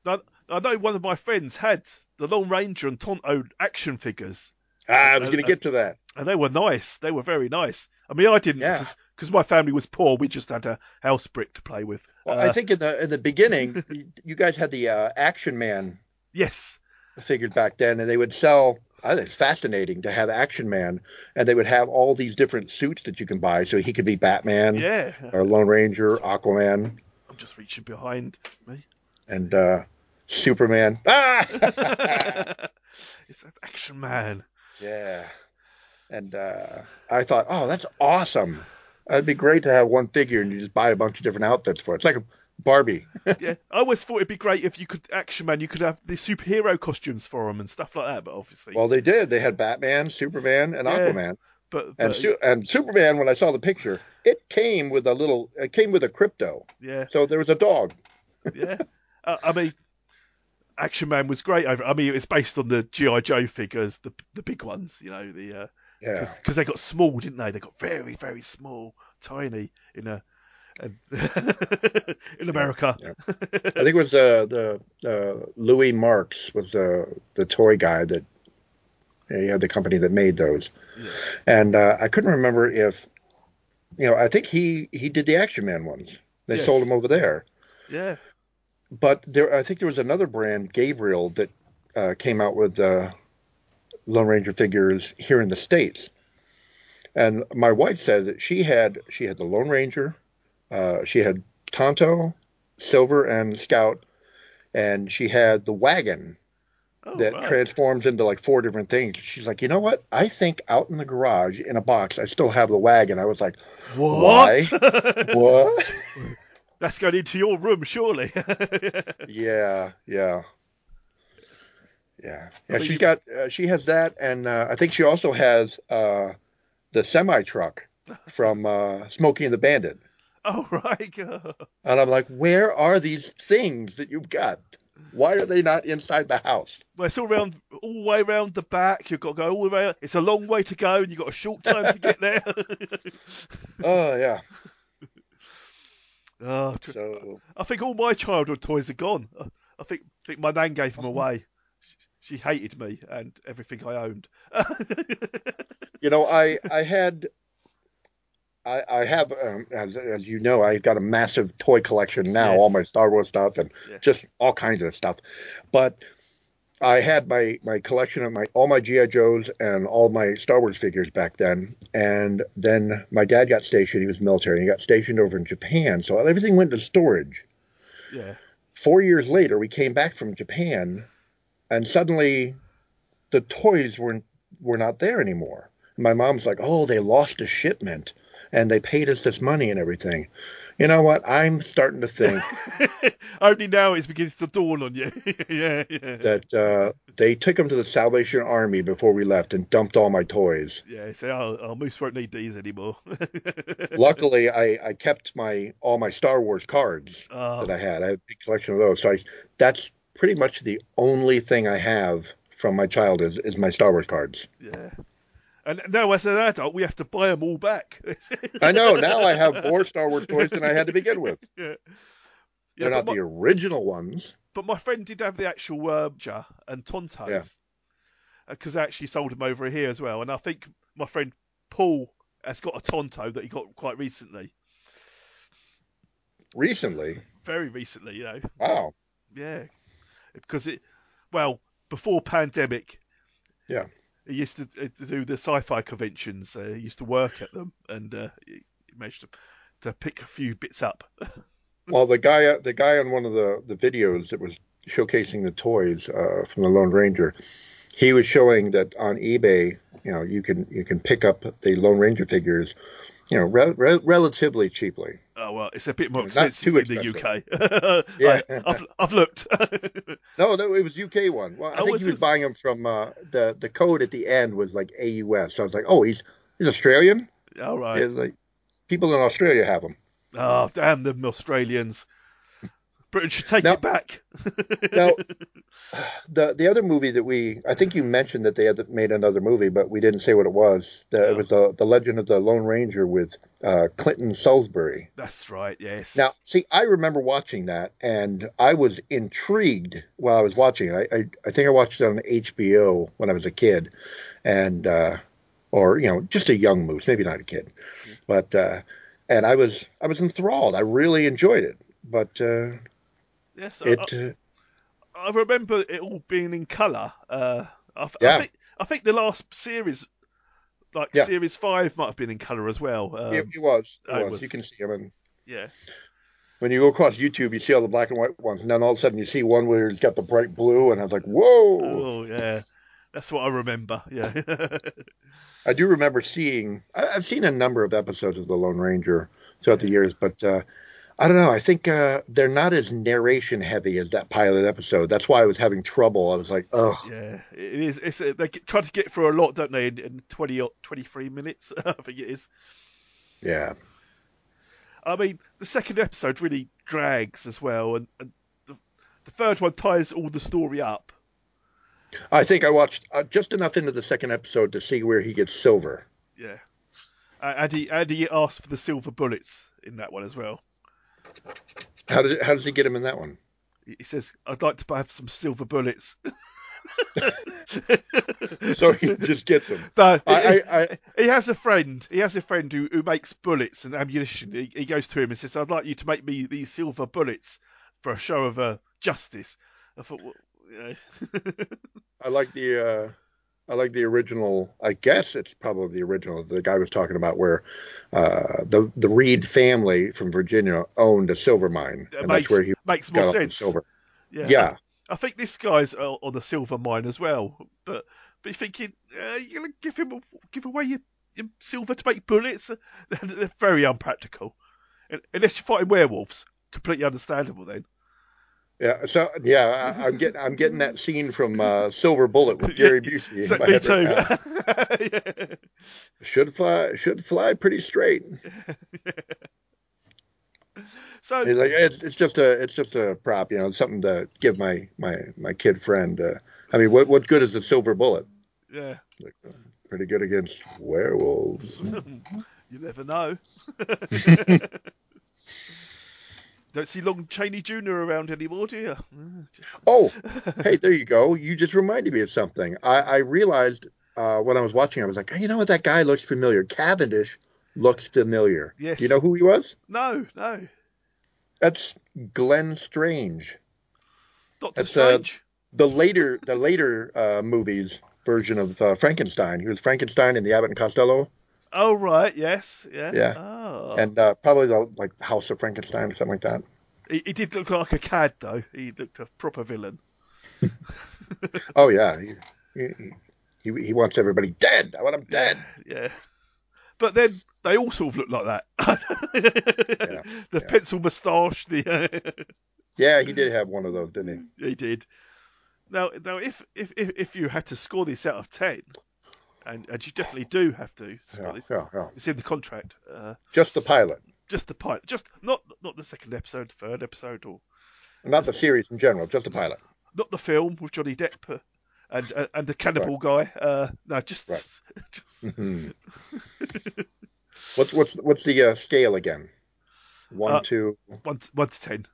Now, I know one of my friends had the Lone Ranger and Tonto action figures,
Ah, I was going to get to that.
and they were nice. They were very nice. I mean, I didn't
Yeah.
because my family was poor. We just had a house brick to play with.
Well,
Uh,
I think in the in the beginning, you- you guys had the uh, Action Man
yes.
figured back then, and they would sell. I think it's fascinating to have Action Man, and they would have all these different suits that you can buy, so he could be Batman
Yeah.
or Lone Ranger, Aquaman,
I'm just reaching behind me.
and uh, Superman. Ah,
It's an action man.
yeah. And uh, I thought, oh, that's awesome. It'd be great to have one figure, and you just buy a bunch of different outfits for it. It's like a Barbie.
yeah, I always thought it'd be great if you could action man. You could have the superhero costumes for him and stuff like that. But obviously,
well, they did. They had Batman, Superman, and
Yeah.
Aquaman.
but,
And
but-
Su- and Superman, when I saw the picture, it came with a little. It came with a crypto.
yeah,
So there was a dog.
yeah. uh, I mean, Action Man was great. Over, I mean, it's based on the GI Joe figures, the the big ones. You know, the
Yeah.
because they got small, didn't they? They got very very small, tiny in a. and- in America,
yeah. I think it was uh, the uh, Louis Marks was uh, the toy guy that he had the company that made those,
Yeah.
and uh, I couldn't remember if you know I think he he did the Action Man ones. They
Yes.
sold them over there,
yeah,
but there I think there was another brand Gabriel that uh, came out with uh, Lone Ranger figures here in the states, and my wife said that she had she had the Lone Ranger, uh, she had Tonto, Silver, and Scout, and she had the wagon
oh,
that
right.
transforms into like four different things. She's like, you know what? I think out in the garage in a box, I still have the wagon. I was like, Why?
what?
what?
That's going into your room, surely.
yeah, yeah, yeah.
Well,
Yeah, she's
you-
got uh, she has that, and uh, I think she also has uh, the semi truck from uh, Smokey and the Bandit.
oh right, God.
And I'm like, where are these things that you've got? Why are they not inside the house?
Well, it's all round, all the way round the back. You've got to go all the way. round. It's a long way to go, and you've got a short time to get there.
Oh yeah.
oh, tr-
So
I think all my childhood toys are gone. I think, think my nan gave them away. She, she hated me and everything I owned.
you know, I I had. I, I have, um, as, as you know, I've got a massive toy collection now,
Yes.
all my Star Wars stuff and
Yeah.
just all kinds of stuff. But I had my, my collection of my all my GI Joes and all my Star Wars figures back then. And then my dad got stationed; he was military. And he got stationed over in Japan, so everything went to storage.
yeah,
four years later, we came back from Japan, and suddenly the toys were were not there anymore. My mom's like, "Oh, they lost a shipment, and they paid us this money and everything." You know what? I'm starting to think
only now it begins to dawn on you. yeah, yeah,
that uh, they took them to the Salvation Army before we left and dumped all my toys.
yeah. So oh, oh, Moose won't need these anymore.
Luckily, I, I kept my all my Star Wars cards
Oh.
that I had. I had a big collection of those. So I, that's pretty much the only thing I have from my childhood is, is my Star Wars cards.
Yeah. And now, as an adult, we have to buy them all back.
I know. Now I have more Star Wars toys than I had to begin with.
yeah. Yeah,
They're
but
not
my-
the original ones.
But my friend did have the actual Wormja and Tontos. Because I actually sold them over here as well. And I think my friend Paul has got a Tonto that he got quite recently.
Recently,
Very recently, you know.
wow.
Yeah. Because it, well, before pandemic.
Yeah.
He used to, uh, to do the sci-fi conventions. Uh, he used to work at them and uh, he he managed to, to pick a few bits up. Hmm.
Well, the guy, the guy on one of the the videos that was showcasing the toys uh, from the Lone Ranger, he was showing that on eBay, you know, you can you can pick up the Lone Ranger figures, you know, re- re- relatively cheaply.
Oh well, it's a bit more
It's not
expensive
too
in the UK.
Yeah.
I, have I've looked.
No, no, it was UK one. Well, I
Oh,
think
was
he was
it?
buying them from uh, the the code at the end was like AUS. So I was like, oh, he's he's Australian.
All right.
It's like people in Australia have them.
Oh damn them Australians! Britain should take
Now-
it back.
Now, the the other movie that we I think you mentioned that they had made another movie, but we didn't say what it was. The,
No.
It was the the Legend of the Lone Ranger with uh, Clinton Salisbury.
That's right. Yes.
Now, see, I remember watching that, and I was intrigued while I was watching it. I, I, I think I watched it on HBO when I was a kid, and uh, or you know, just a young moose, maybe not a kid, but uh, and I was I was enthralled. I really enjoyed it, but uh,
yes. I-
it uh,
I, I remember it all being in colour. Uh, I, th- I
Yeah.
think I think the last series, like
Yeah.
series five, might have been in colour as well. Um,
it, it was, it
I
was.
was-
You can see them, and
yeah.
when you go across YouTube, you see all the black and white ones, and then all of a sudden you see one where it's got the bright blue, and I was like, whoa.
Oh yeah. That's what I remember. Yeah.
I do remember seeing. I, I've seen a number of episodes of The Lone Ranger throughout the years, but uh, I don't know. I think uh, they're not as narration heavy as that pilot episode. That's why I was having trouble. I was like, oh,
Yeah, it is. It's uh, they get, try to get through a lot, don't they? In, in 20 or 23 minutes, I think it is.
yeah,
I mean, the second episode really drags as well, and, and the, the third one ties all the story up.
I think I watched uh, just enough into the second episode to see where he gets silver.
Yeah, uh, and he and he asks for the silver bullets in that one as well.
How did how does he get him in that one?
He he says, "I'd like to have some silver bullets."
So he just gets him.
No,
I, I, I
he has a friend. He has a friend who, who makes bullets and ammunition. He, he goes to him and says, "I'd like you to make me these silver bullets for a show of uh, justice." I thought, well, yeah.
I like the uh, I like the original. I guess it's probably the original the guy was talking about, where uh, the the Reed family from Virginia owned a silver mine,
That
and
makes
that's where he
makes more
got off the
sense.
silver.
Yeah.
Yeah,
I think this guy's uh, on a silver mine as well. But but you're thinking uh, you're gonna give him a, give away your, your silver to make bullets? They're very unpractical, Un- unless you're fighting werewolves. Completely understandable then.
yeah. So yeah, I, I'm getting I'm getting that scene from uh, Silver Bullet with Gary Busey. in
So-
my
me
head
too.
right now.
Yeah.
Should fly should fly pretty straight.
So
He's like, it's, it's just a it's just a prop, you know, something to give my my my kid friend. Uh, I mean, what what good is a silver bullet?
yeah,
Pretty good against werewolves.
you never know. Don't see Long Cheney Jr. around anymore, do you? Mm.
Oh, hey, there you go. You just reminded me of something. I, I realized uh, when I was watching, I was like, "Hey, you know what? That guy looks familiar. Cavendish looks familiar.
Yes.
Do you know who he was?
No, no,
That's Glenn Strange.
Doctor
That's, uh,
Strange.
The later, the later uh, movies version of uh, Frankenstein. He was Frankenstein in the Abbott and Costello,
Oh right, yes, yeah.
Yeah.
Oh.
and uh, probably the like House of Frankenstein or something like that.
he, he did look like a cad though. He looked a proper villain.
Oh yeah, he, he, he, he wants everybody dead. I want them dead.
Yeah. But then they all sort of look like that. the pencil moustache, the uh,
Yeah, he did have one of those, didn't he?
He did. Now, now, if, if if if you had to score this out of ten, and and you definitely do have to score
Yeah,
this,
yeah, yeah.
it's in the contract. Uh,
Just the pilot.
just the pilot, just not not the second episode, third episode, or
Not the series in general, just the pilot.
not the film with Johnny Depp uh, and uh, and the cannibal guy. Uh, no, just just
Mm-hmm. What's what's what's the uh, scale again? One
Uh,
to
one to, one to ten.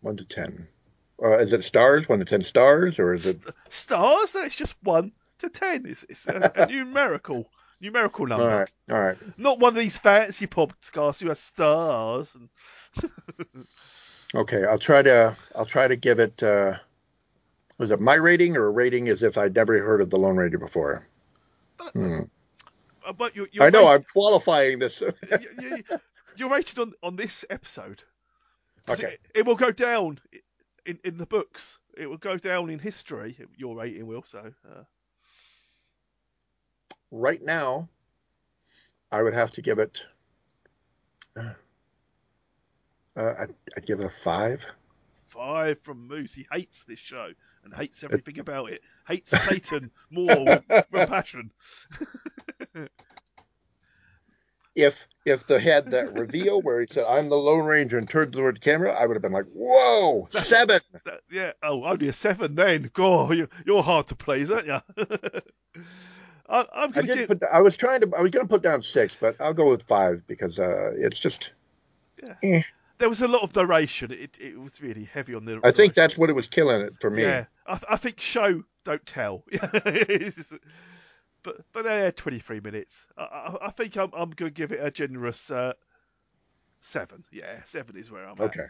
one to ten. Uh, is it stars? One to ten stars, or is it?
Stars? No, it's just one to ten. It's it's a, a numerical numerical
All
number.
right, all right.
Not one of these fancy podcasts who has stars. And,
Okay, I'll try to I'll try to give it. Uh, was it my rating or a rating as if I'd never heard of the Lone Ranger before? Hmm.
uh, but you're, you're
I know I'm qualifying this.
you, you- you're rated on, on this episode. 'Cause
Okay.
It, it will go down in, in the books. It will go down in history. Your rating will. So uh,
right now, I would have to give it. Uh, I'd, I'd give it a five.
Five from Moose. He hates this show and hates everything about it. Hates Satan more with, with passion.
If if they had that reveal where he said, "I'm the Lone Ranger," and turned toward the camera, I would have been like, "Whoa, seven!
That- yeah. Oh, only a seven then. God, you, you're hard to please, aren't you? I, I'm
I
going to
did
give.
put. I was trying to. I was going to put down six, but I'll go with five because uh, it's just. eh.
There was a lot of narration. It, it was really heavy on the.
I think
narration.
that's what it was killing it for me.
Yeah, I, th- I think show don't tell. It's just- but but they're twenty three minutes. I, I, I think I'm I'm gonna give it a generous uh, seven. Yeah, seven is where I'm
Okay.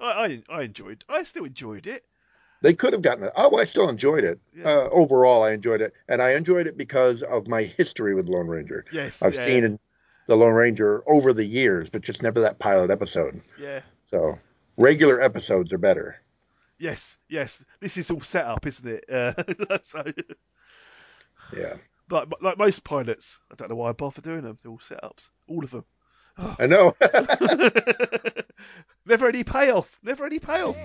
at. I, I I enjoyed. I still enjoyed it.
They could have gotten it. Oh, I still enjoyed it.
Yeah.
Uh, overall, I enjoyed it, and I enjoyed it because of my history with Lone Ranger.
Yes,
I've
yeah,
seen in the Lone Ranger over the years, but just never that pilot episode.
Yeah.
So regular episodes are better.
Yes, yes. This is all set up, isn't it? Uh, so,
Yeah,
like, like most pilots, I don't know why I bother doing them. They're all set ups, all of them.
I know.
never any payoff. Never any payoff.